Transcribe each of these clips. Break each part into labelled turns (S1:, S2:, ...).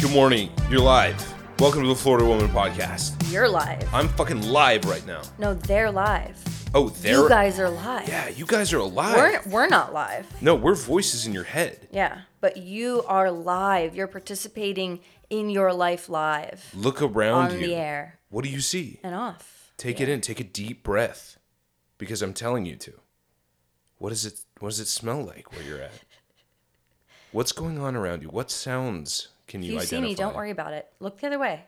S1: Good morning. You're live. Welcome to the Florida Woman Podcast.
S2: You're live.
S1: I'm fucking live right now.
S2: No, they're live.
S1: Oh, there.
S2: you guys are live.
S1: Yeah, you guys are alive.
S2: We're, we're not live.
S1: no, we're voices in your head.
S2: Yeah. But you are live. You're participating in your life live
S1: Look around
S2: on
S1: you.
S2: the air
S1: What do you see?
S2: and off.
S1: Take it in. Take a deep breath, because I'm telling you to. What is it? What does it smell like where you're at? What's going on around you? What sounds can
S2: If
S1: you,
S2: you
S1: identify?
S2: see me, don't worry about it. Look the other way.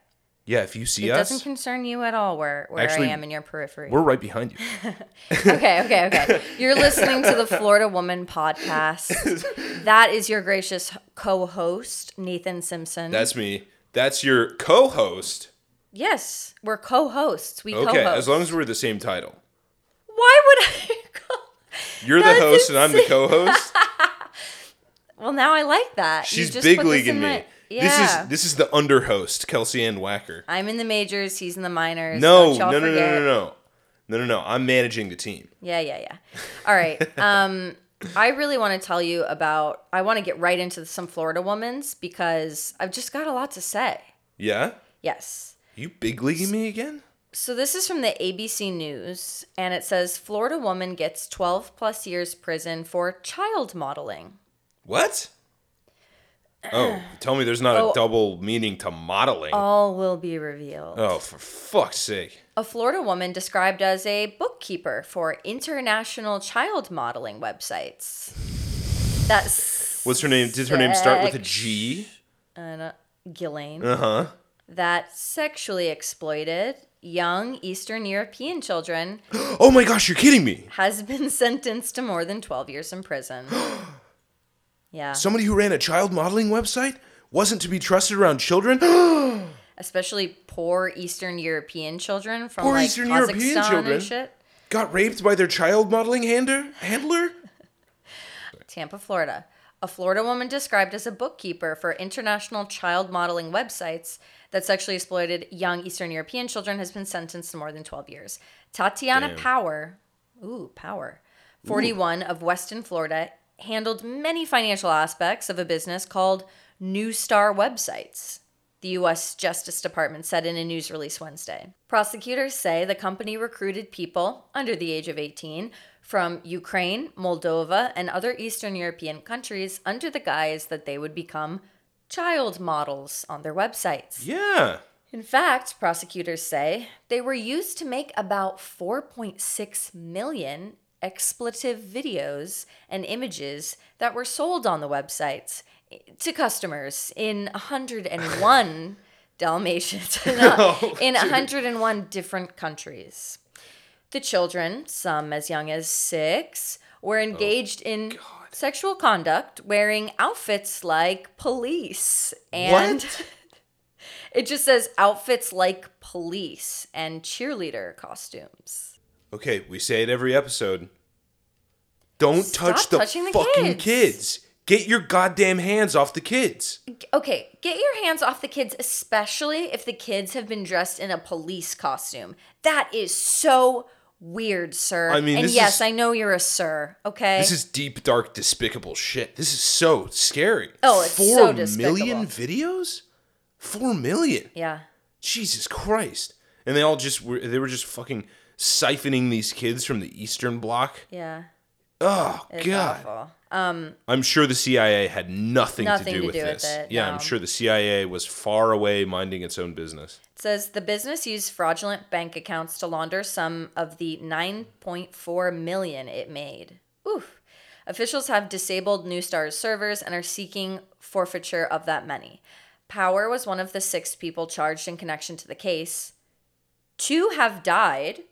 S1: Yeah, if you see
S2: It
S1: us,
S2: doesn't concern you at all where, where
S1: Actually,
S2: I am in your periphery.
S1: we're right behind you.
S2: Okay, okay, okay. You're listening to the Florida Woman podcast. That is your gracious co host, Nathan Simpson.
S1: That's me. That's your co-host.
S2: yes, we're co hosts. We co
S1: Okay,
S2: host.
S1: as long as we're the same title.
S2: Why would I co
S1: You're
S2: That's
S1: the host and I'm the co-host.
S2: Well, now I like that. You
S1: She's
S2: just
S1: big
S2: put this
S1: leaguing
S2: in
S1: me.
S2: my- Yeah.
S1: This is this is the underhost, Kelsey Ann Wacker.
S2: I'm in the majors. He's in the minors.
S1: No, no,
S2: Don't y'all
S1: no, no,
S2: forget.
S1: no, no, no, no, no, no. I'm managing the team.
S2: Yeah, yeah, yeah. All right. Um, I really want to tell you about. I want to get right into some Florida women's because I've just got a lot to say.
S1: Yeah,
S2: Yes.
S1: you big leaguing me again?
S2: So this is from the ABC News, and it says Florida woman gets 12 plus years prison for child modeling.
S1: What? Oh, tell me there's not a
S2: Oh.
S1: double meaning to modeling.
S2: All will be revealed.
S1: oh, for fuck's sake!
S2: A Florida woman described as a bookkeeper for international child modeling websites. That's
S1: What's her name? Did her name start with a G?
S2: Anna Gillane.
S1: Uh huh.
S2: That sexually exploited young Eastern European children
S1: Oh my gosh, you're kidding me!
S2: has been sentenced to more than 12 years in prison. Yeah.
S1: Somebody who ran a child modeling website wasn't to be trusted around children.
S2: Especially poor Eastern European children from
S1: Poor
S2: like
S1: Eastern
S2: Kazakhstan
S1: European children?
S2: and shit.
S1: Got raped by their child modeling hander handler.
S2: Tampa, Florida. A Florida woman described as a bookkeeper for international child modeling websites that sexually exploited young Eastern European children has been sentenced to more than 12 years. Tatiana
S1: Damn.
S2: Power, ooh, Power, 41 of Weston, Florida, handled many financial aspects of a business called New Star Websites. The U.S. Justice Department said in a news release Wednesday. Prosecutors say the company recruited people under the age of 18 from Ukraine, Moldova, and other Eastern European countries under the guise that they would become child models on their websites.
S1: Yeah.
S2: In fact, prosecutors say they were used to make about 4.6 million expletive videos and images that were sold on the websites to customers in 101 Dalmatians
S1: Oh,
S2: in 101 different countries. The children, some as young as six, were engaged in sexual conduct wearing outfits like police and
S1: What?
S2: it just says outfits like police and cheerleader costumes.
S1: Okay, we say it every episode. Don't
S2: Stop
S1: touch the
S2: touching the
S1: fucking
S2: kids.
S1: kids. Get your goddamn hands off the kids.
S2: Okay, get your hands off the kids, especially if the kids have been dressed in a police costume. That is so weird, sir.
S1: I mean,
S2: and
S1: this
S2: yes,
S1: is-
S2: I know you're a sir. Okay,
S1: This is deep, dark, despicable shit. This is so scary.
S2: Oh, it's
S1: Four
S2: so despicable.
S1: million videos? Four million.
S2: yeah.
S1: Jesus Christ. And they all just were, they were just fucking siphoning these kids from the Eastern Bloc.
S2: Yeah.
S1: Oh,
S2: It's
S1: God.
S2: awful.
S1: I'm sure the CIA had nothing,
S2: Nothing
S1: to do
S2: to
S1: with
S2: do with
S1: this.
S2: it,
S1: yeah,
S2: no.
S1: I'm sure the CIA was far away minding its own business.
S2: It says the business used fraudulent bank accounts to launder some of the 9.4 million it made. Oof. Officials have disabled Newstar's servers and are seeking forfeiture of that money. Power was one of the six people charged in connection to the case. Two have died.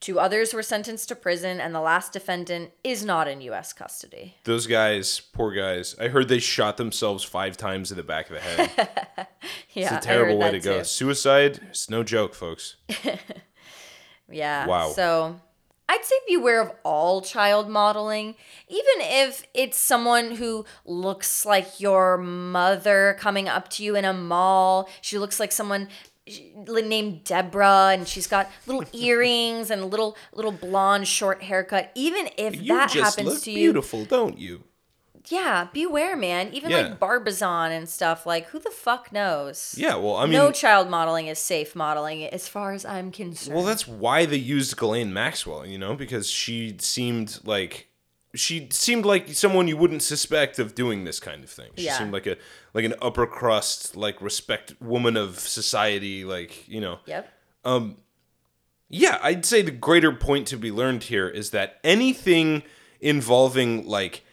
S2: Two others were sentenced to prison, and the last defendant is not in U.S. custody.
S1: Those guys, poor guys. I heard they shot themselves five times in the back of the head.
S2: Yeah,
S1: It's
S2: I
S1: a
S2: heard
S1: terrible way
S2: that
S1: to go.
S2: too.
S1: Suicide, it's no joke, folks.
S2: Yeah.
S1: Wow.
S2: So I'd say beware of all child modeling, even if it's someone who looks like your mother coming up to you in a mall. She looks like someone she- named Deborah, and she's got little earrings and a little little blonde short haircut. Even if that happens to you,
S1: beautiful, don't you?
S2: yeah, beware, man. Even
S1: Yeah.
S2: like Barbizon and stuff. Like, who the fuck knows?
S1: Yeah, well, I mean,
S2: no child modeling is safe modeling, as far as I'm concerned.
S1: well, that's why they used Ghislaine Maxwell, you know, because she seemed like she seemed like someone you wouldn't suspect of doing this kind of thing. She
S2: Yeah.
S1: seemed like a like an upper crust, like respect woman of society, like you know.
S2: yep.
S1: Yeah, I'd say the greater point to be learned here is that anything involving like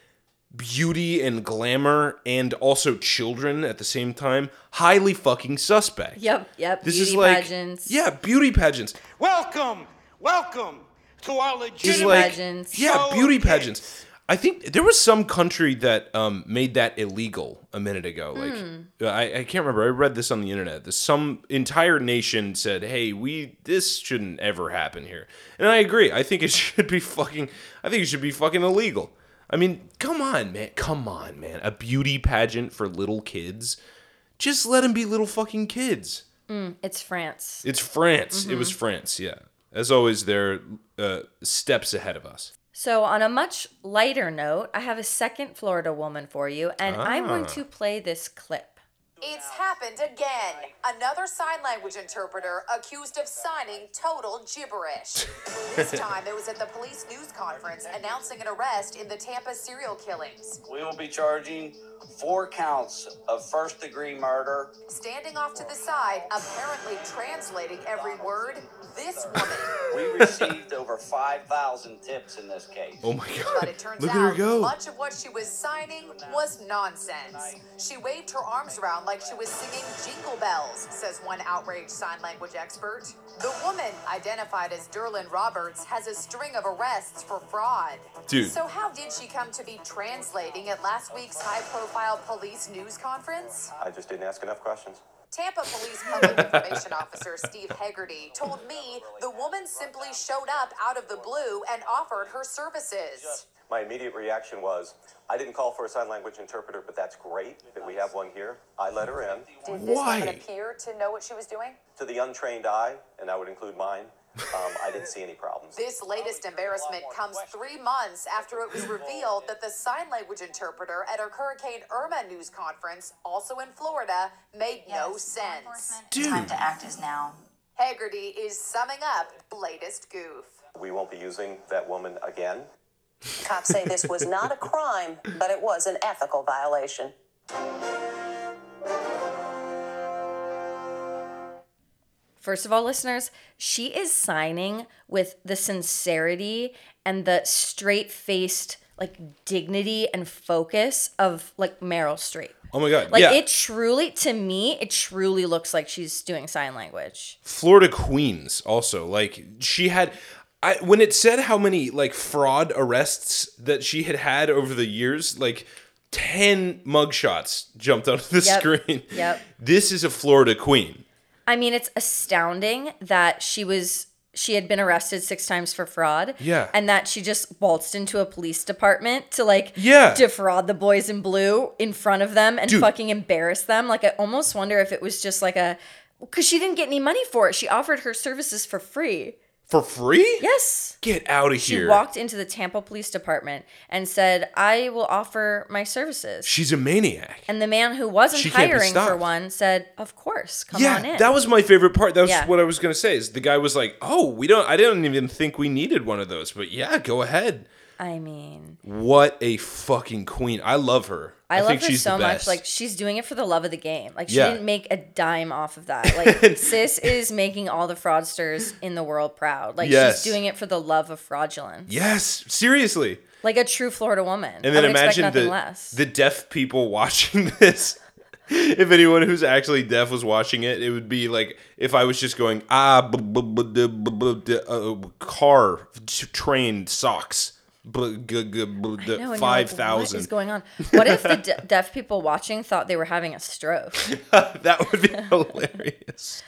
S1: beauty and glamour and also children at the same time, highly fucking suspect.
S2: Yep. Yep.
S1: This
S2: beauty
S1: is like
S2: pageants.
S1: Yeah, beauty pageants.
S3: Welcome, welcome to our
S1: Just
S3: legitimate.
S2: Beauty
S1: like
S2: pageants.
S1: Yeah,
S3: So
S1: beauty
S3: intense.
S1: pageants. I think there was some country that um, made that illegal a minute ago. Like
S2: Hmm.
S1: uh, I, I can't remember. I read this on the internet. There's some entire nation said, "Hey, we this shouldn't ever happen here." And I agree. I think it should be fucking. I think it should be fucking illegal. I mean, come on, man. Come on, man. A beauty pageant for little kids. Just let them be little fucking kids.
S2: It's France.
S1: It's France. It
S2: Mm-hmm.
S1: was France. Yeah. As always, they're uh, steps ahead of us.
S2: So, on a much lighter note, I have a second Florida woman for you, and I'm going
S1: Ah.
S2: to play this clip.
S4: It's happened again. Another sign language interpreter accused of signing total gibberish. this time it was at the police news conference announcing an arrest in the Tampa serial killings.
S5: We will be charging four counts of first degree murder.
S4: Standing off to the side, apparently translating every word, this woman.
S5: We received over 5,000 tips in this case.
S1: Oh my
S4: But
S1: god.
S4: it turns
S1: Look at
S4: out
S1: her go.
S4: much of what she was signing was nonsense. She waved her arms around like she was singing jingle bells, says one outraged sign language expert. The woman, identified as Derlin Roberts, has a string of arrests for fraud.
S1: Dude.
S4: So how did she come to be translating at last week's high-profile police news conference?
S6: I just didn't ask enough questions.
S4: Tampa Police Public Information Officer Steve Hegarty told me the woman simply showed up out of the blue and offered her services.
S6: My immediate reaction was, I didn't call for a sign language interpreter, but that's great that we have one here. I let her in.
S4: Did this
S1: Why?
S4: woman appear to know what she was doing?
S6: To the untrained eye, and I would include mine, um, I didn't see any problems.
S4: This latest embarrassment comes three months after it was revealed that the sign language interpreter at her Hurricane Irma news conference, also in Florida, made no sense.
S1: Dude.
S7: Time to act is now.
S4: Haggerty is summing up the latest goof.
S6: We won't be using that woman again.
S8: Cops say this was not a crime, but it was an ethical violation.
S2: First of all, listeners, she is signing with the sincerity and the straight faced like dignity and focus of like Meryl Streep.
S1: Oh my god.
S2: Like
S1: yeah.
S2: it truly to me, it truly looks like she's doing sign language.
S1: Florida Queens also. Like she had I when it said how many like fraud arrests that she had had over the years, like 10 mugshots jumped onto the
S2: Yep.
S1: screen.
S2: Yep.
S1: This is a Florida queen.
S2: I mean, it's astounding that she was she had been arrested six times for fraud.
S1: Yeah.
S2: And that she just waltzed into a police department to like
S1: Yeah.
S2: defraud the boys in blue in front of them and
S1: Dude.
S2: fucking embarrass them. Like I almost wonder if it was just like a because she didn't get any money for it. She offered her services for free.
S1: For free?
S2: Yes.
S1: Get out of
S2: She
S1: here.
S2: walked into the Tampa Police Department and said, I will offer my services.
S1: She's a maniac.
S2: and the man who wasn't
S1: She can't be
S2: hiring for
S1: stopped.
S2: one said, Of course, come
S1: yeah,
S2: on in.
S1: that was my favorite part. That was
S2: Yeah.
S1: what I was gonna say. Is the guy was like, "Oh, we don't. I didn't even think we needed one of those, but yeah, go ahead."
S2: I mean
S1: What a fucking queen! I love her.
S2: I, love
S1: think
S2: her
S1: she's
S2: so
S1: the
S2: much.
S1: best.
S2: Like she's doing it for the love of the game. Like she
S1: Yeah.
S2: didn't make a dime off of that. Like sis is making all the fraudsters in the world proud. Like
S1: Yes.
S2: she's doing it for the love of fraudulence.
S1: yes, seriously.
S2: Like a true Florida woman.
S1: And then
S2: I would expect
S1: imagine
S2: nothing
S1: the
S2: less.
S1: the deaf people watching this. if anyone who's actually deaf was watching it, it would be like if I was just going ah b- b- b- d- b- b- d- uh, car t- train socks b- g- g- b- d-
S2: No, and you're like,
S1: five
S2: What is
S1: thousand.
S2: going on? What if the de- deaf people watching thought they were having a stroke,
S1: That would be hilarious.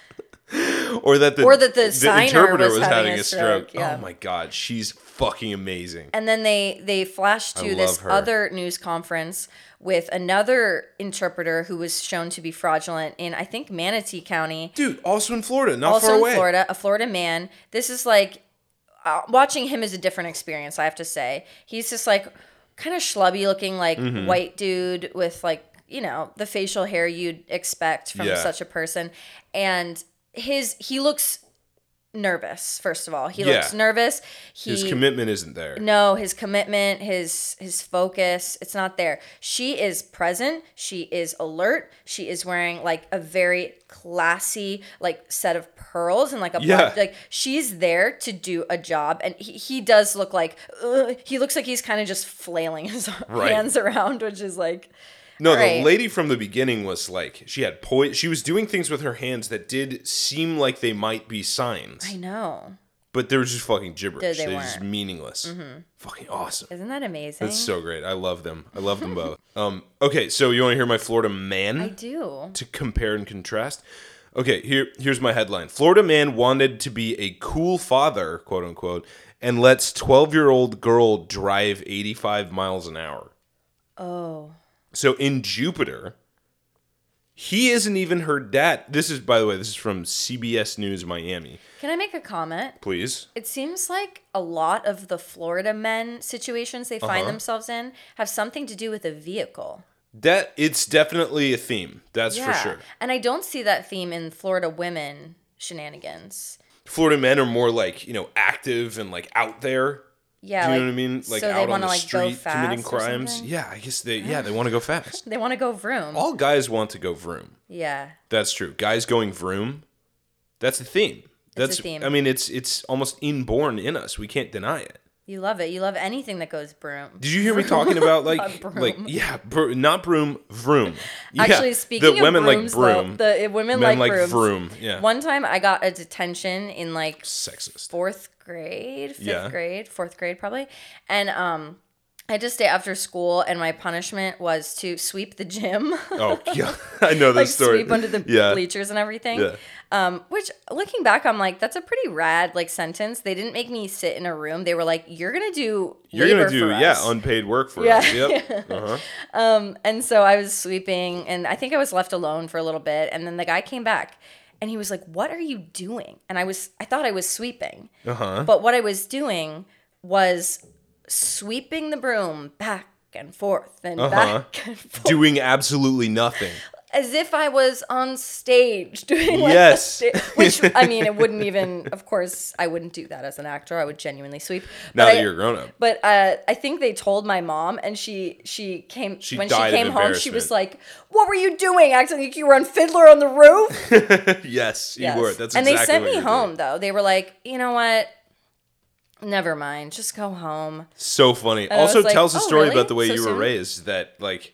S1: Or that the
S2: Or that the signer was having a stroke, yeah.
S1: Oh my god, she's fucking amazing.
S2: and then they they flash
S1: I
S2: to this
S1: love her.
S2: other news conference with another interpreter who was shown to be fraudulent in I think Manatee County.
S1: Dude, also in Florida, not
S2: also
S1: far
S2: in
S1: away.
S2: Florida, a Florida man. This is like uh, watching him is a different experience. I have to say, he's just like kind of schlubby looking like
S1: Mm-hmm.
S2: white dude with like you know the facial hair you'd expect from
S1: Yeah.
S2: such a person and his he looks nervous first of all he
S1: Yeah.
S2: looks nervous he
S1: His commitment isn't there.
S2: no his commitment his his focus it's not there she is present she is alert she is wearing like a very classy like set of pearls and like a
S1: Yeah.
S2: like she's there to do a job and he, he does look like ugh, he looks like he's kind of just flailing his
S1: Right.
S2: hands around which is like
S1: No, the
S2: Right.
S1: lady from the beginning was like she had poise. She was doing things with her hands that did seem like they might be signs,
S2: i know
S1: but they were just fucking gibberish.
S2: they
S1: were just
S2: weren't. Mm-hmm.
S1: meaningless. Fucking awesome.
S2: isn't that amazing
S1: That's so great. I love them. I love them both. Um. Okay, so you want to hear my Florida man?
S2: i do
S1: to compare and contrast. Okay, here here's my headline. Florida man wanted to be a cool father, quote unquote, and lets 12-year-old girl drive 85 miles an hour.
S2: oh
S1: So in Jupiter, he isn't even her dad. This is by the way, this is from CBS News Miami.
S2: can i make a comment
S1: Please.
S2: It seems like a lot of the Florida men situations they
S1: Uh-huh.
S2: find themselves in have something to do with a vehicle.
S1: That it's definitely a theme. That's for sure.
S2: And I don't see that theme in Florida women shenanigans.
S1: Florida men are more like, you know, active and like out there.
S2: Yeah.
S1: Do you
S2: like,
S1: know what I mean? Like
S2: so they
S1: out on
S2: wanna,
S1: the
S2: like, go
S1: street committing
S2: fast or
S1: crimes.
S2: something?
S1: Yeah, I guess they yeah, they want to go fast.
S2: They want to go vroom.
S1: all guys want to go vroom.
S2: yeah.
S1: That's true. Guys going vroom. That's the theme. That's
S2: a theme.
S1: I mean, it's it's almost inborn in us. We can't deny it.
S2: You love it. You love anything that goes broom.
S1: Did you hear me talking about like
S2: Not broom.
S1: like yeah, br- not broom, vroom. Yeah,
S2: Actually, speaking
S1: the
S2: of
S1: women
S2: brooms,
S1: like broom.
S2: though, the eh, women
S1: men
S2: like,
S1: like
S2: brooms.
S1: vroom. Yeah.
S2: One time I got a detention in like
S1: sexist.
S2: fourth grade, fifth
S1: Yeah.
S2: grade, fourth grade probably. And um I had to stay after school and my punishment was to sweep the gym.
S1: Oh yeah, I know
S2: like
S1: this story.
S2: sweep under the
S1: yeah.
S2: bleachers and everything.
S1: Yeah.
S2: Um, which looking back, I'm like, that's a pretty rad like sentence. They didn't make me sit in a room. They were like, You're gonna do
S1: You're gonna
S2: labor
S1: do
S2: for
S1: yeah
S2: us."
S1: unpaid work for
S2: Yeah.
S1: us. Yep. uh-huh.
S2: and so I was sweeping and I think I was left alone for a little bit and then the guy came back and he was like, What are you doing? And I was I thought I was sweeping.
S1: Uh-huh.
S2: But what I was doing was sweeping the broom back and forth and
S1: Uh-huh.
S2: back and forth
S1: Doing absolutely nothing.
S2: as if I was on stage doing like
S1: Yes.
S2: yes. which I mean it wouldn't even of course I wouldn't do that as an actor I would genuinely sweep
S1: Now
S2: But
S1: that
S2: I-
S1: you're a grown up.
S2: but uh, I think they told my mom, and she she came
S1: She
S2: when she
S1: died of
S2: came home. She was
S1: embarrassment.
S2: like, "What were you doing? Acting like you were on Fiddler on the Roof?"
S1: Yes, you
S2: Yes.
S1: were. That's
S2: and
S1: exactly
S2: they sent
S1: what
S2: me
S1: you're
S2: home
S1: doing.
S2: though. They were like, "You know what? Never mind. Just go home."
S1: So funny.
S2: I
S1: also
S2: was like,
S1: tells a
S2: "Oh,
S1: story
S2: really?
S1: about the way
S2: So
S1: you were
S2: soon?"
S1: raised that like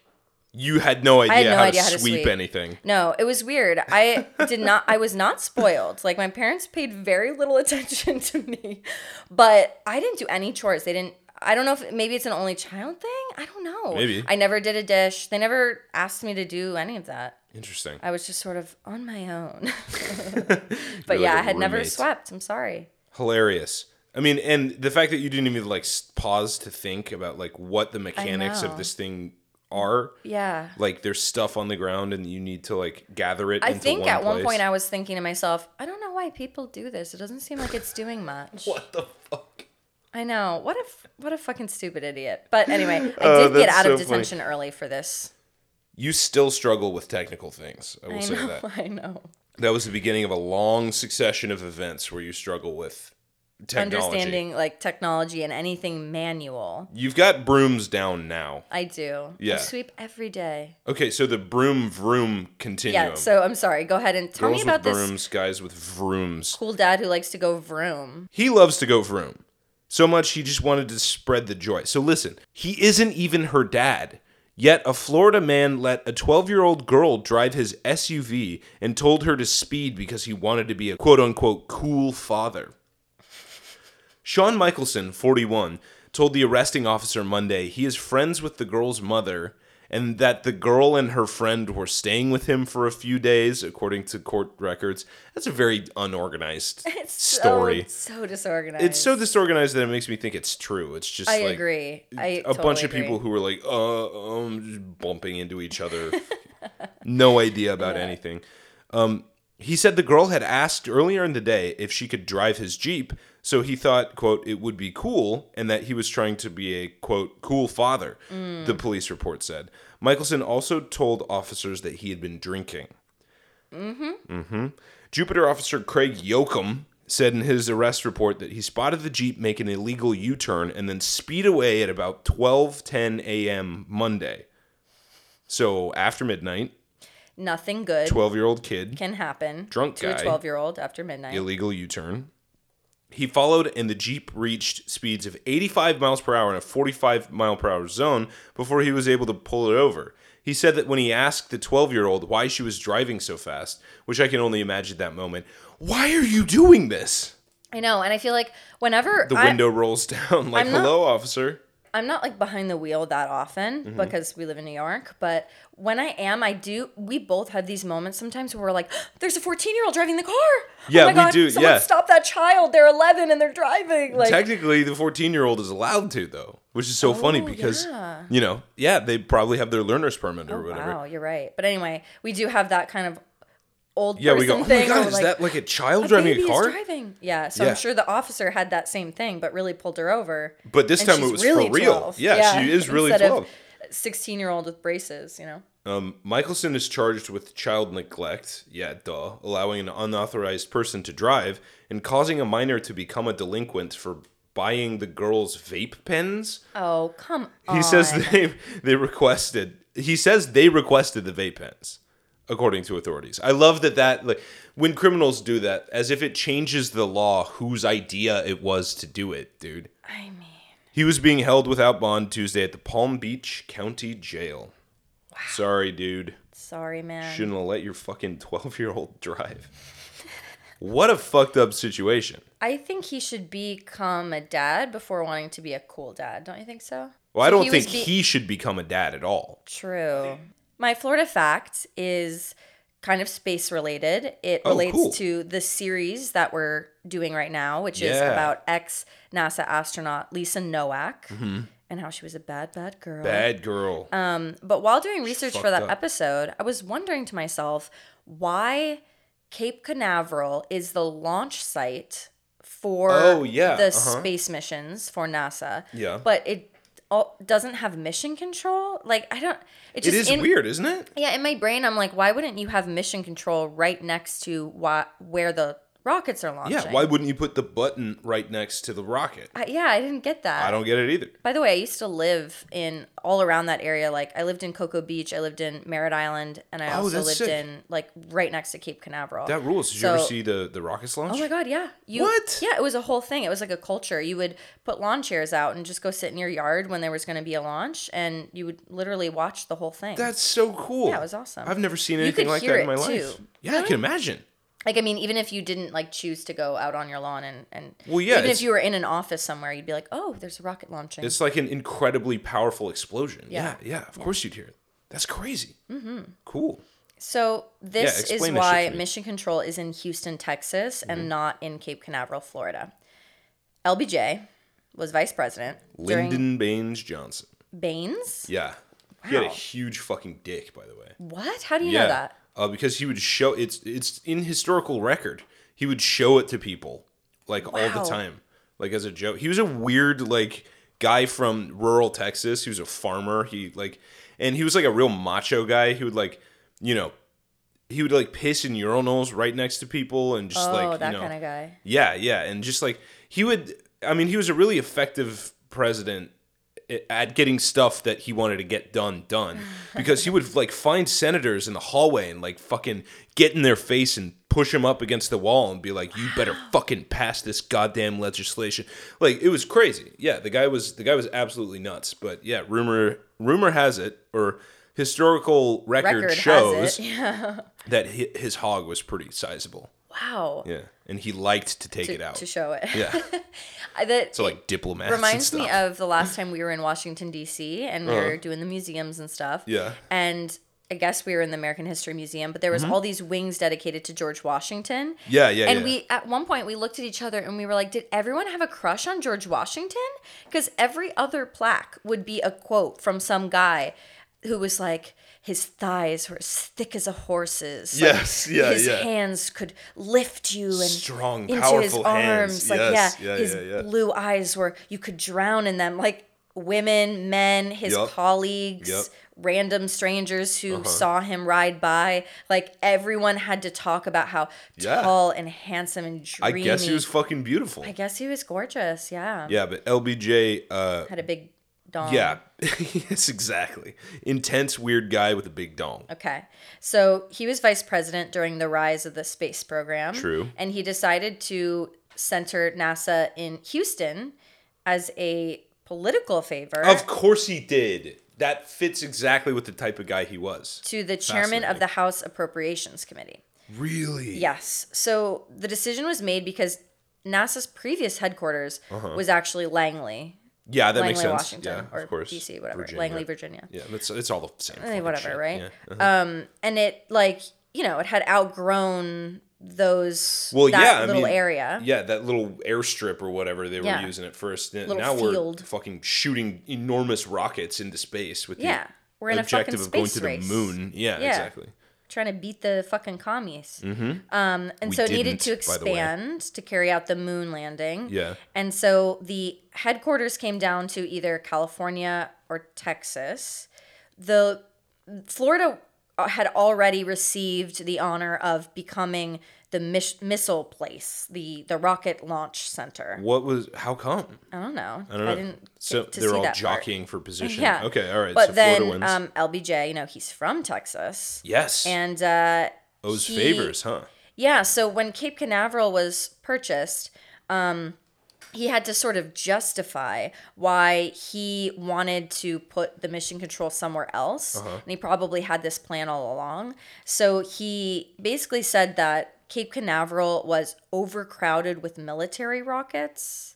S1: you had no idea,
S2: I had no
S1: how,
S2: idea
S1: to
S2: how to
S1: sweep
S2: sweep.
S1: anything.
S2: No, it was weird. I did not. I was not spoiled. Like my parents paid very little attention to me, but I didn't do any chores. They didn't. I don't know if maybe it's an only child thing. I don't know.
S1: Maybe.
S2: I never did a dish. They never asked me to do any of that.
S1: Interesting.
S2: I was just sort of on my own. but
S1: You're
S2: yeah,
S1: like
S2: I
S1: a
S2: had never
S1: roommate.
S2: swept. I'm sorry.
S1: Hilarious. I mean, and the fact that you didn't even like s- pause to think about like what the mechanics of
S2: know.
S1: this thing are.
S2: Yeah.
S1: Like there's stuff on the ground and you need to like gather it.
S2: I
S1: into
S2: think
S1: one
S2: at one
S1: place.
S2: point I was thinking to myself, I don't know why people do this. It doesn't seem like it's doing much.
S1: What the fuck?
S2: I know. What a f- what a fucking stupid idiot. But anyway, I
S1: Oh,
S2: did get
S1: that's
S2: out of
S1: so funny.
S2: detention early for this.
S1: You still struggle with technical things. I will
S2: I
S1: say
S2: know.
S1: that.
S2: I know.
S1: That was the beginning of a long succession of events where you struggle with technology.
S2: Understanding like technology and anything manual.
S1: You've got brooms down now.
S2: I do.
S1: Yeah.
S2: I sweep every day.
S1: Okay, so the broom vroom continuum.
S2: Yeah. So I'm sorry. Go ahead and tell
S1: girls
S2: me about
S1: with
S2: this
S1: brooms, guys with vrooms.
S2: cool dad who likes to go vroom.
S1: He loves to go vroom so much he just wanted to spread the joy. So listen, he isn't even her dad. Yet a Florida man let a 12-year-old girl drive his SUV and told her to speed because he wanted to be a quote-unquote cool father. Sean Michelson, 41, told the arresting officer Monday he is friends with the girl's mother and that the girl and her friend were staying with him for a few days, according to court records. That's a very unorganized story.
S2: Oh, So, so disorganized.
S1: It's so disorganized that it makes me think it's true. It's just
S2: I
S1: like
S2: agree. I
S1: a bunch of people who were like, uh, um, just bumping into each other, no idea about anything. Um, He said the girl had asked earlier in the day if she could drive his Jeep, so he thought, quote, it would be cool and that he was trying to be a, quote, cool father,
S2: Mm.
S1: the police report said. Michelson also told officers that he had been drinking. Jupiter officer Craig Yoakum said in his arrest report that he spotted the Jeep make an illegal U-turn and then speed away at about 12:10 a.m. Monday. So after midnight,
S2: Nothing good
S1: 12-year-old kid
S2: can happen
S1: Drunk
S2: to
S1: guy.
S2: a 12 year old after midnight.
S1: illegal U-turn. He followed and the Jeep reached speeds of 85 miles per hour in a 45 mile per hour zone before he was able to pull it over. He said that when he asked the 12-year-old why she was driving so fast, which I can only imagine that moment, why are you doing this?
S2: I know. And I feel like whenever
S1: the
S2: I-
S1: window rolls down like
S2: I'm not-
S1: hello officer
S2: I'm not like behind the wheel that often
S1: Mm-hmm.
S2: because we live in New York, but when I am, I do. We both have these moments sometimes where we're like, "There's a 14 year old driving the car."
S1: Yeah,
S2: oh my
S1: we
S2: God,
S1: do,
S2: Someone
S1: yeah.
S2: stop that child. They're 11 and they're driving. Like, Oh,
S1: technically the 14 year old is allowed to though which is so funny because
S2: yeah. Oh,
S1: you know yeah they probably have their learner's permit or whatever
S2: wow, you're right. But anyway, we do have that kind of old
S1: yeah we
S2: person
S1: go oh my
S2: thing.
S1: god
S2: where,
S1: is
S2: like,
S1: that like a
S2: "A
S1: child driving
S2: baby
S1: a
S2: is
S1: car
S2: driving. Yeah. So
S1: Yeah.
S2: I'm sure the officer had that same thing, but really pulled her over.
S1: But this
S2: And
S1: time it
S2: she's
S1: was
S2: really
S1: for real.
S2: 12.
S1: Yeah, she is really
S2: instead
S1: 12.
S2: Of 16 year old with braces, you know.
S1: um michelson is charged with child neglect yeah duh allowing an unauthorized person to drive and causing a minor to become a delinquent for buying the girl's vape pens
S2: Oh come on.
S1: He says they they requested. He says they requested the vape pens, according to authorities. I love that that like when criminals do that, as if it changes the law whose idea it was to do it, dude.
S2: I mean.
S1: He was being held without bond Tuesday at the Palm Beach County Jail. Sorry, dude.
S2: Sorry, man.
S1: Shouldn't have let your fucking twelve year old drive. What a fucked up situation.
S2: I think he should become a dad before wanting to be a cool dad. Don't you think so?
S1: Well, I
S2: So
S1: don't
S2: he was
S1: think
S2: be-
S1: he should become a dad at all.
S2: True. My Florida fact is kind of space related. It
S1: Oh,
S2: relates
S1: cool.
S2: to the series that we're doing right now, which is
S1: Yeah.
S2: about ex NASA astronaut Lisa Nowak and how she was a bad, bad girl.
S1: Mm-hmm. Bad girl.
S2: Um, But while doing research for
S1: fucked
S2: that
S1: up.
S2: episode, I was wondering to myself why Cape Canaveral is the launch site for
S1: Oh, yeah,
S2: the
S1: uh-huh.
S2: space missions for NASA.
S1: Yeah.
S2: But it all doesn't have mission control. Like I don't it
S1: it
S2: just
S1: is
S2: in-
S1: weird, isn't it?
S2: Yeah, in my brain I'm like why wouldn't you have mission control right next to why, where the rockets are launching?
S1: Yeah, why wouldn't you put the button right next to the rocket?
S2: I, yeah, I didn't get that.
S1: I don't get it either.
S2: By the way, I used to live in all around that area. Like I lived in Cocoa Beach, I lived in Merritt Island, and I
S1: Oh,
S2: also
S1: that's
S2: lived
S1: sick.
S2: in like right next to Cape Canaveral.
S1: That rules. Did you ever
S2: So-
S1: see the the rockets launch?
S2: Oh my god, yeah. You,
S1: What?
S2: Yeah, it was a whole thing. It was like a culture. You would put lawn chairs out and just go sit in your yard when there was going to be a launch, and you would literally watch the whole thing.
S1: That's so cool.
S2: Yeah, it was awesome.
S1: I've never seen
S2: You
S1: anything
S2: could
S1: like
S2: hear
S1: that in my
S2: it,
S1: life.
S2: too.
S1: Yeah, I can imagine.
S2: like I mean, even if you didn't like choose to go out on your lawn and and
S1: Well, yeah,
S2: even
S1: it's-
S2: if you were in an office somewhere, you'd be like, oh, there's a rocket launching.
S1: It's like an incredibly powerful explosion. Yeah,
S2: Yeah.
S1: yeah. of course you'd hear it. That's crazy. Mm-hmm. Cool.
S2: So this
S1: explain
S2: is
S1: this shit
S2: why
S1: to me. Mm-hmm.
S2: Mission Control is in Houston, Texas, and not in Cape Canaveral, Florida. LBJ was vice president during
S1: Lyndon Baines Johnson.
S2: Baines.
S1: Yeah. He had a
S2: Wow.
S1: huge fucking dick, by the way.
S2: What? How do you
S1: yeah.
S2: know that?
S1: Uh, because he would show it's it's in historical record. He would show it to people like all the
S2: Wow.
S1: time, like as a joke. He was a weird like guy from rural Texas. He was a farmer. He like, and he was like a real macho guy. He would like, you know, he would like piss in urinals right next to people and just
S2: Oh,
S1: like
S2: that
S1: you know,
S2: kind of guy.
S1: yeah, yeah, and just like he would, I mean, he was a really effective president i- at getting stuff that he wanted to get done done because he would like find senators in the hallway and like fucking get in their face and push them up against the wall and be like you better fucking pass this goddamn legislation like it was crazy yeah the guy was the guy was absolutely nuts but yeah rumor rumor has it or historical record,
S2: Record
S1: shows
S2: has it. Yeah.
S1: that hi- his hog was pretty sizable
S2: Wow.
S1: yeah and he liked to take it
S2: To,
S1: out
S2: to show it.
S1: yeah
S2: I- that
S1: So like diplomats. and
S2: reminds me
S1: stuff. Uh-huh.
S2: of the last time we were in Washington D.C. and we were doing the museums and stuff.
S1: Yeah. Mm-hmm.
S2: And I guess we were in the American History Museum, but there was all these wings dedicated to George Washington.
S1: Yeah, yeah,
S2: And
S1: yeah.
S2: we at one point we looked at each other and we were like, did everyone have a crush on George Washington? Because every other plaque would be a quote from some guy. who was like his thighs were as thick as a horse's. like,
S7: Yes, yeah,
S2: his
S7: yeah.
S2: hands could lift you and
S1: Strong,
S2: into his
S1: powerful
S2: arms.
S1: hands.
S2: Like
S7: Yes,
S2: yeah,
S7: yeah,
S2: his
S7: yeah, yeah.
S2: blue eyes were you could drown in them. Like women, men, his
S7: Yup.
S2: colleagues,
S7: Yup. Uh-huh.
S2: random strangers who saw him ride by. Like everyone had to talk about how
S7: Yeah.
S2: tall and handsome and
S1: I
S2: dreamy.
S1: guess he was fucking beautiful.
S2: I guess he was gorgeous. Yeah.
S1: Yeah, but LBJ, uh,
S2: Had a big dong.
S1: yeah, yes, exactly. Intense, weird guy with a big dong.
S2: Okay. So he was vice president during the rise of the space program.
S1: True.
S2: And he decided to center NASA in Houston as a political favor
S1: Of course he did. That fits exactly with the type of guy he was.
S2: to the chairman of
S1: Fascinating.
S2: the House Appropriations Committee.
S1: Really?
S2: Yes. So the decision was made because NASA's previous headquarters was actually Langley,
S1: Yeah, Uh-huh. that
S2: Langley,
S1: makes sense.
S2: Washington,
S1: yeah,
S2: or
S1: of course.
S2: DC, whatever.
S1: Virginia.
S2: Langley, Virginia.
S1: Yeah, it's, it's all the same.
S2: Eh,
S1: fucking
S2: whatever,
S1: shit.
S2: right?
S1: Yeah. uh-huh.
S2: Um, and it like you know it had outgrown those
S1: Well,
S2: that
S1: yeah, I
S2: little
S1: mean,
S2: area.
S1: Yeah, that little airstrip or whatever they were
S2: Yeah.
S1: using at first. N-
S2: Little
S1: now
S2: field.
S1: we're fucking shooting enormous rockets into space with
S2: Yeah,
S1: the
S2: we're in a fucking
S1: objective of going
S2: space
S1: to the
S2: race.
S1: moon. Yeah,
S2: Yeah.
S1: exactly.
S2: trying to beat the fucking commies. Mm-hmm. Um, and
S1: We
S2: so it needed to
S1: didn't, by the way.
S2: expand to carry out the moon landing.
S1: Yeah.
S2: And so the headquarters came down to either California or Texas. The Florida uh, had already received the honor of becoming the mis- missile place, the the rocket launch center.
S1: What was? How come?
S2: I don't know. I,
S1: don't know.
S2: didn't.
S1: So
S2: get to
S1: they're
S2: see
S1: all
S2: that part.
S1: jockeying for position.
S2: Yeah.
S1: Okay. All right.
S2: But
S1: so
S2: then
S1: Florida wins.
S2: Um, LBJ, you know, he's from Texas.
S1: yes.
S2: And uh,
S1: Those
S2: he-
S1: favors, huh?
S2: Yeah, so when Cape Canaveral was purchased, um, he had to sort of justify why he wanted to put the mission control somewhere else.
S1: Uh-huh.
S2: And he probably had this plan all along. So he basically said that Cape Canaveral was overcrowded with military rockets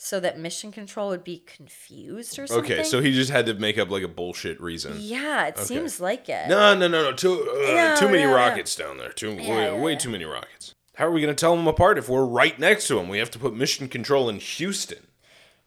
S2: so that mission control would be confused or something.
S1: Okay, so he just had to make up like a bullshit reason.
S2: Yeah, it seems like it.
S1: No, no, no, no. Too, uh,
S2: No,
S1: too many
S2: no, no.
S1: rockets down there. Too, way,
S2: yeah,
S1: way
S2: yeah.
S1: too many rockets. How are we going to tell them apart if we're right next to them? We have to put mission control in Houston.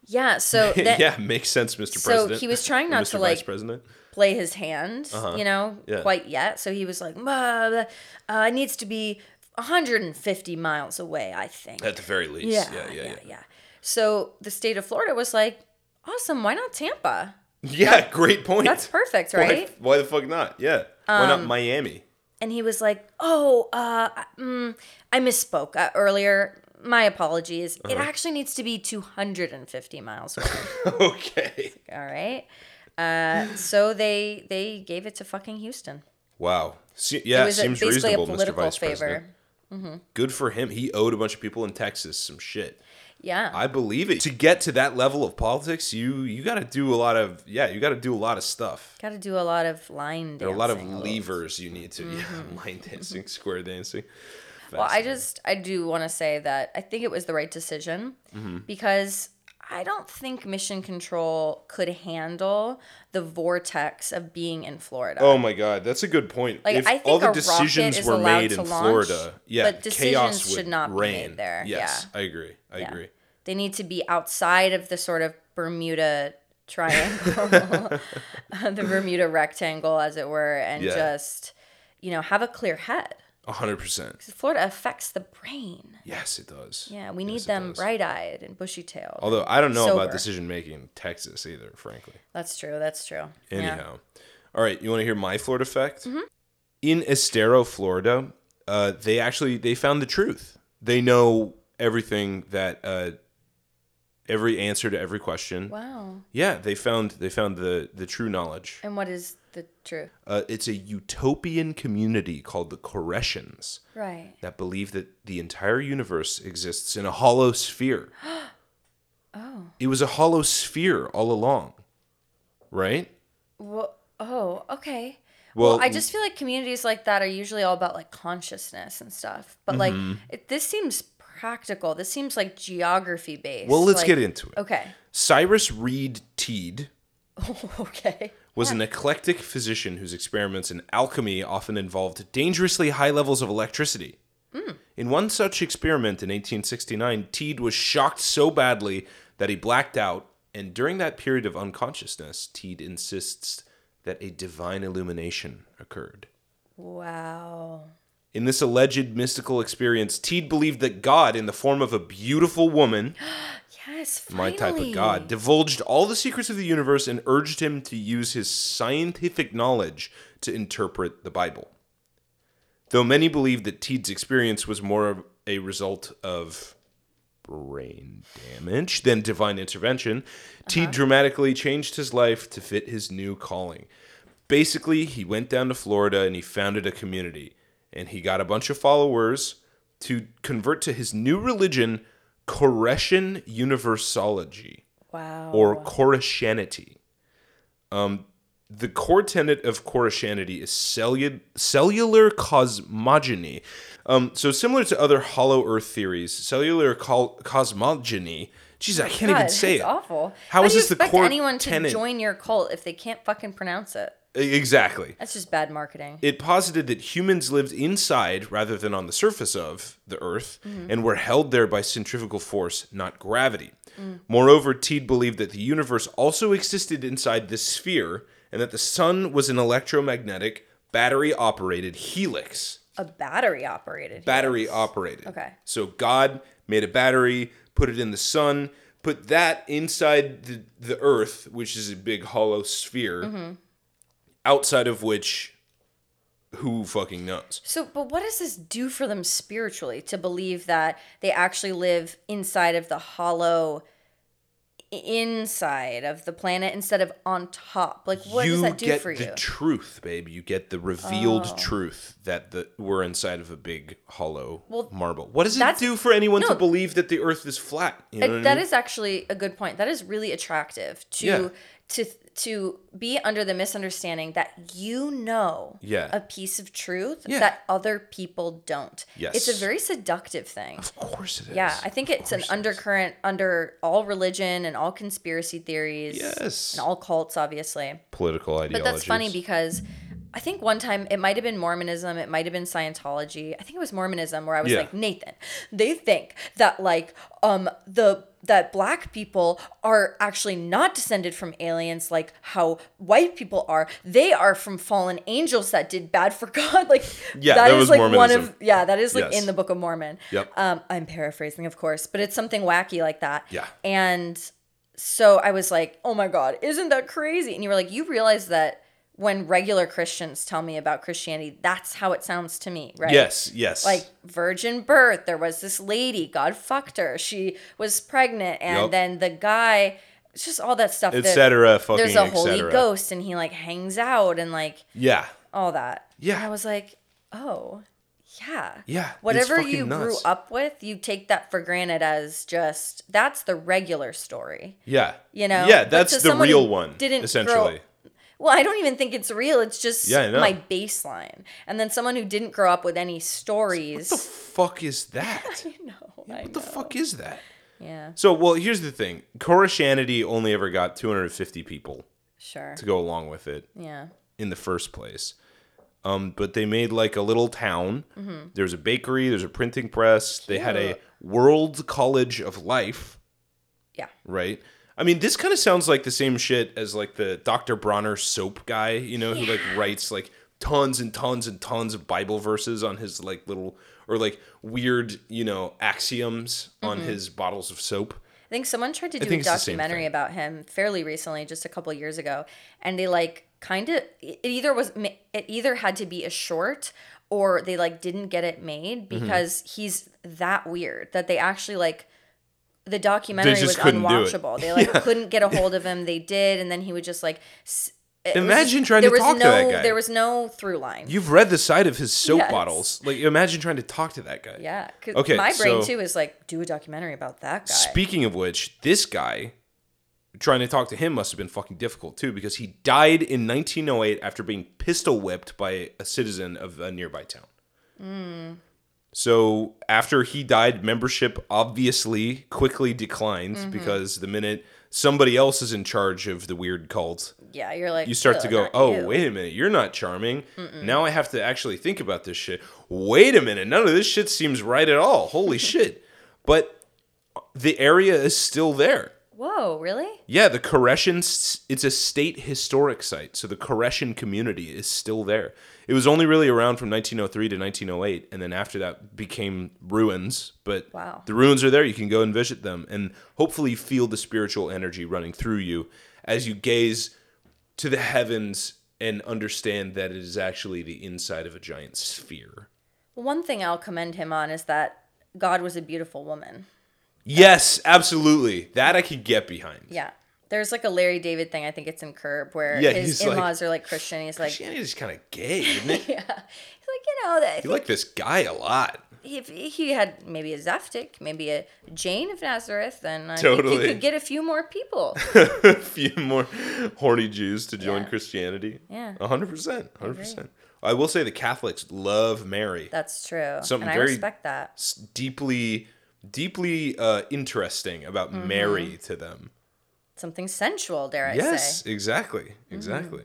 S2: Yeah, so that,
S1: yeah, makes sense, Mr.
S2: So
S1: President.
S2: he was trying
S1: Or
S2: not
S1: Mr.
S2: to,
S1: Vice
S2: like-
S1: President.
S2: play his hand, you know,
S1: Uh-huh. Yeah.
S2: quite yet. So he was like, "Blah, blah, uh, it needs to be 150 miles away, I think.
S1: At the very least.
S2: yeah,
S1: Yeah, yeah, yeah.
S2: yeah. So the state of Florida was like, awesome, why not Tampa?
S1: Yeah, great point.
S2: That's perfect,
S1: Why-
S2: right? Um,
S1: Why, the fuck not? Yeah. why not Miami?
S2: And he was like, "Oh, uh, mm, I misspoke uh, earlier. My apologies. It
S1: Uh-huh.
S2: actually needs to be 250 miles away.
S1: okay.
S2: All right." Uh, so they they gave it to fucking Houston.
S1: Wow. Se- yeah,
S2: it was a-
S1: seems
S2: basically a
S1: reasonable, Mr.
S2: political
S1: Vice
S2: favor. Mm-hmm.
S1: President. Good for him. He owed a bunch of people in Texas some shit.
S2: Yeah.
S1: I believe it. To get to that level of politics, you you got to do a lot of yeah, you got to do a lot of stuff.
S2: Got to do a lot of line dancing. Mm-hmm.
S1: There are a lot of
S2: little.
S1: levers you need to yeah, line dancing, square dancing.
S2: Mm-hmm. Well, I just I do want to say that I think it was the right decision
S1: Mm-hmm.
S2: because I don't think Mission Control could handle the vortex of being in Florida.
S1: Oh my god, that's a good point.
S2: Like
S1: if
S2: I think
S1: all the
S2: a
S1: decisions
S2: rocket is
S1: were
S2: allowed
S1: made
S2: to
S1: in
S2: launch,
S1: Florida, yeah,
S2: but decisions
S1: chaos would
S2: should not be
S1: reign.
S2: made there.
S1: Yes,
S2: Yeah.
S1: I agree. I agree.
S2: They need to be outside of the sort of Bermuda triangle, the Bermuda rectangle, as it were, and
S1: Yeah.
S2: just you know have a clear head.
S1: A hundred percent.
S2: Florida affects the brain.
S1: Yes, it does.
S2: Yeah, we need
S1: Yes, it
S2: them
S1: does.
S2: bright-eyed and bushy-tailed.
S1: Although I don't know
S2: Sober.
S1: about decision making in Texas either, frankly.
S2: That's true. That's true. Yeah. Mm-hmm.
S1: Anyhow, all right. You want to hear my Florida fact? In Estero, Florida, uh, they actually they found the truth. They know everything that uh, every answer to every question.
S2: Wow.
S1: Yeah, they found they found the the true knowledge.
S2: And what is the truth?
S1: Uh, it's a utopian community called the Koreshians
S2: Right.
S1: that believe that the entire universe exists in a hollow sphere. oh. It was a hollow sphere all along, right?
S2: Well, oh, okay. Well,
S1: Well,
S2: I just feel like communities like that are usually all about like consciousness and stuff. But
S1: Mm-hmm.
S2: like it, this seems practical. This seems like geography based.
S1: Well, let's
S2: Like-
S1: get into it.
S2: Okay.
S1: Cyrus Reed Teed
S2: okay.
S1: was an eclectic physician whose experiments in alchemy often involved dangerously high levels of electricity. In one such experiment in 1869, Teed was shocked so badly that he blacked out, and during that period of unconsciousness, Teed insists that a divine illumination occurred.
S2: Wow.
S1: In this alleged mystical experience, Teed believed that God, in the form of a beautiful woman,
S2: Yes,
S1: my
S2: finally.
S1: type of God, divulged all the secrets of the universe and urged him to use his scientific knowledge to interpret the Bible. Though many believe that Teed's experience was more of a result of brain damage than divine intervention, Teed dramatically changed his life to fit his new calling. Basically, he went down to Florida and he founded a community and he got a bunch of followers to convert to his new religion, Koreshan Universology
S2: Oh, Wow.
S1: or Koreshanity. Um, the core tenet of Koreshanity is cellu- cellular cosmogony. Um, so similar to other Hollow Earth theories, cellular col- cosmogony. Jeez, I can't even
S2: God,
S1: say
S2: that's
S1: it.
S2: awful.
S1: How is
S2: do you
S1: this the
S2: expect
S1: core
S2: anyone to
S1: tenet?
S2: join your cult if they can't fucking pronounce it?
S1: E- Exactly.
S2: That's just bad marketing.
S1: It posited that humans lived inside rather than on the surface of the Earth and were held there by centrifugal force, not gravity. Moreover, Teed believed that the universe also existed inside this sphere and that the sun was an electromagnetic, battery operated helix.
S2: a battery operated.
S1: Battery operated.
S2: Okay.
S1: So God made a battery, put it in the sun, put that inside the, the Earth, which is a big hollow sphere,
S2: Mm-hmm.
S1: outside of which. Who fucking knows?
S2: So, but what does this do for them spiritually to believe that they actually live inside of the hollow inside of the planet instead of on top? Like, what does that do
S1: get
S2: for
S1: the
S2: you? Oh.
S1: truth, babe. You get the revealed truth that the we're inside of a big hollow
S2: Well,
S1: marble. What does it
S2: that's-
S1: do for anyone to
S2: no.
S1: believe that the Earth is flat? You know what I
S2: It- that
S1: mean?
S2: is actually a good point. That is really attractive to
S1: Yeah.
S2: to to be under the misunderstanding that you know
S1: Yeah.
S2: a piece of truth
S1: Yeah.
S2: that other people don't. It's a
S1: Yes.
S2: very seductive thing.
S1: Of course it is.
S2: Yeah, I think
S1: Of
S2: it's an
S1: course it is.
S2: undercurrent under all religion and all conspiracy theories.
S1: Yes.
S2: And all cults, obviously.
S1: political
S2: But
S1: ideology.
S2: that's funny because I think one time it might have been Mormonism, it might have been Scientology. I think it was Mormonism where I was
S1: Yeah.
S2: like, Nathan, they think that like um the that black people are actually not descended from aliens like how white people are. They are from fallen angels that did bad for God. Like
S1: Yeah,
S2: that
S1: that
S2: is
S1: was
S2: like one of
S1: Mormonism.
S2: yeah, that is like
S1: Yes.
S2: in the Book of Mormon.
S1: Yep.
S2: Um, I'm paraphrasing, of course, but it's something wacky like that.
S1: Yeah.
S2: And so I was like, oh my God, isn't that crazy? And you were like, you realize that when regular Christians tell me about Christianity, that's how it sounds to me, right?
S1: Yes, yes.
S2: Like virgin birth, there was this lady, God fucked her. She was pregnant, and
S1: Yep.
S2: then the guy, it's just all that stuff.
S1: Et
S2: that-
S1: cetera, fucking
S2: There's a
S1: et
S2: holy
S1: cetera.
S2: ghost, and he like hangs out and like
S1: yeah,
S2: all that.
S1: Yeah.
S2: And I was like, oh, yeah.
S1: Yeah, it's
S2: Whatever
S1: fucking
S2: you grew
S1: nuts.
S2: up with, you take that for granted as just that's the regular story.
S1: yeah,
S2: You know?
S1: Yeah,
S2: But
S1: that's
S2: to
S1: the
S2: someone
S1: real
S2: who
S1: one.
S2: didn't grow-
S1: essentially.
S2: Well, I don't even think it's real. It's just
S1: Yeah, I know.
S2: my baseline. And then someone who didn't grow up with any stories.
S1: What the fuck is that?
S2: no, I
S1: what the
S2: know.
S1: fuck is that?
S2: Yeah,
S1: So, well, here's the thing. Koreshanity only ever got 250 people
S2: sure.
S1: to go along with it.
S2: Yeah.
S1: in the first place. Um, but they made like a little town.
S2: Mm-hmm.
S1: There was a bakery. There's a printing press. They had a World College of Life,
S2: Yeah.
S1: right? I mean, this kind of sounds like the same shit as like the Dr. Bronner soap guy, you know, who like writes like tons and tons and tons of Bible verses on his like little or like weird, you know, axioms on
S2: Mm-hmm.
S1: his bottles of soap.
S2: I think someone tried to do a
S1: think it's the same
S2: documentary
S1: thing.
S2: about him fairly recently, just a couple years ago, and they like kind of it either was ma- it either had to be a short or they like didn't get it made
S1: Mm-hmm.
S2: because he's that weird that they actually like the documentary
S1: just
S2: was
S1: couldn't do it.
S2: unwatchable. They like couldn't get a hold of him. They did, and then he would just like s- it was
S1: Imagine
S2: just-
S1: trying to
S2: there was
S1: talk to
S2: no,
S1: that guy.
S2: There was no through line.
S1: You've read the side of his soap
S2: Yes.
S1: bottles. Like, imagine trying to talk to that guy.
S2: yeah, 'cause
S1: Okay,
S2: my
S1: so-
S2: brain too is like do a documentary about that guy.
S1: Speaking of which, this guy trying to talk to him must have been fucking difficult too because he died in 1908 after being pistol whipped by a citizen of a nearby town. So after he died, membership obviously quickly declined because the minute somebody else is in charge of the weird cult,
S2: yeah, you're like
S1: you start
S2: "Ugh,
S1: to go,
S2: not
S1: oh,
S2: you."
S1: wait a minute, you're not charming. Now I have to actually think about this shit. Wait a minute, none of this shit seems right at all. Holy shit. But the area is still there.
S2: Whoa, really?
S1: Yeah, the Koreshan, s- it's a state historic site, so the Koreshan community is still there. It was only really around from 1903 to 1908, and then after that became ruins, but
S2: Wow.
S1: the ruins are there. You can go and visit them and hopefully feel the spiritual energy running through you as you gaze to the heavens and understand that it is actually the inside of a giant sphere.
S2: One thing I'll commend him on is that God was a beautiful woman.
S1: Yes, absolutely. That I could get behind.
S2: Yeah. There's like a Larry David thing, I think it's in Curb, where
S1: Yeah,
S2: his
S1: he's like-
S2: in laws are like Christian. and He's like, he's like,
S1: Christianity's kind of gay, isn't it?
S2: you know, that
S1: you like this guy a lot.
S2: if he had maybe a Zaftik, maybe a Jane of Nazareth, then I think
S1: Totally.
S2: he could get a few more people.
S1: few more horny Jews to join Christianity.
S2: Yeah.
S1: A hundred percent, a hundred percent. I will say the Catholics love Mary.
S2: That's true.
S1: Something
S2: and I
S1: very-
S2: respect that.
S1: That's deeply, deeply uh, interesting about Mary to them.
S2: Something sensual, dare Mm-hmm. I
S1: yes,
S2: say. Mm-hmm.
S1: exactly, exactly.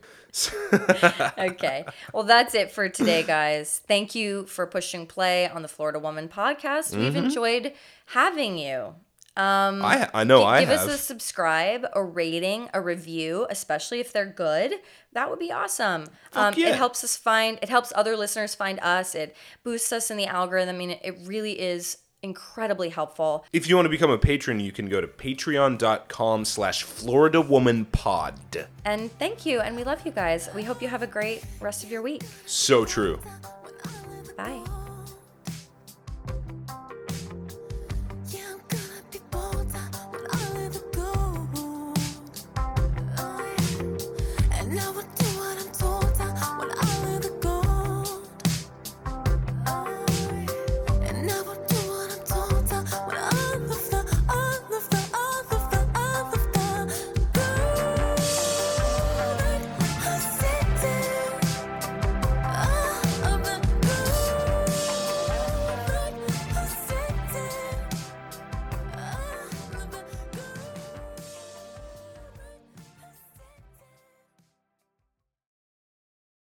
S2: Okay. Well, that's it for today, guys. Thank you for pushing play on the Florida Woman podcast. We've
S1: Mm-hmm.
S2: enjoyed having you.
S1: I I know Oh, I
S2: Mm. Give
S1: have.
S2: us a subscribe, a rating, a review, especially if they're good. That would be awesome. Um,
S1: yeah.
S2: It helps us find, it helps other listeners find us. It boosts us in the algorithm. I mean, it really is incredibly helpful.
S1: if you want to become a patron, you can go to patreon.com slash Florida Woman Pod.
S2: And thank you. And we love you guys. We hope you have a great rest of your week.
S1: So true.
S2: Bye.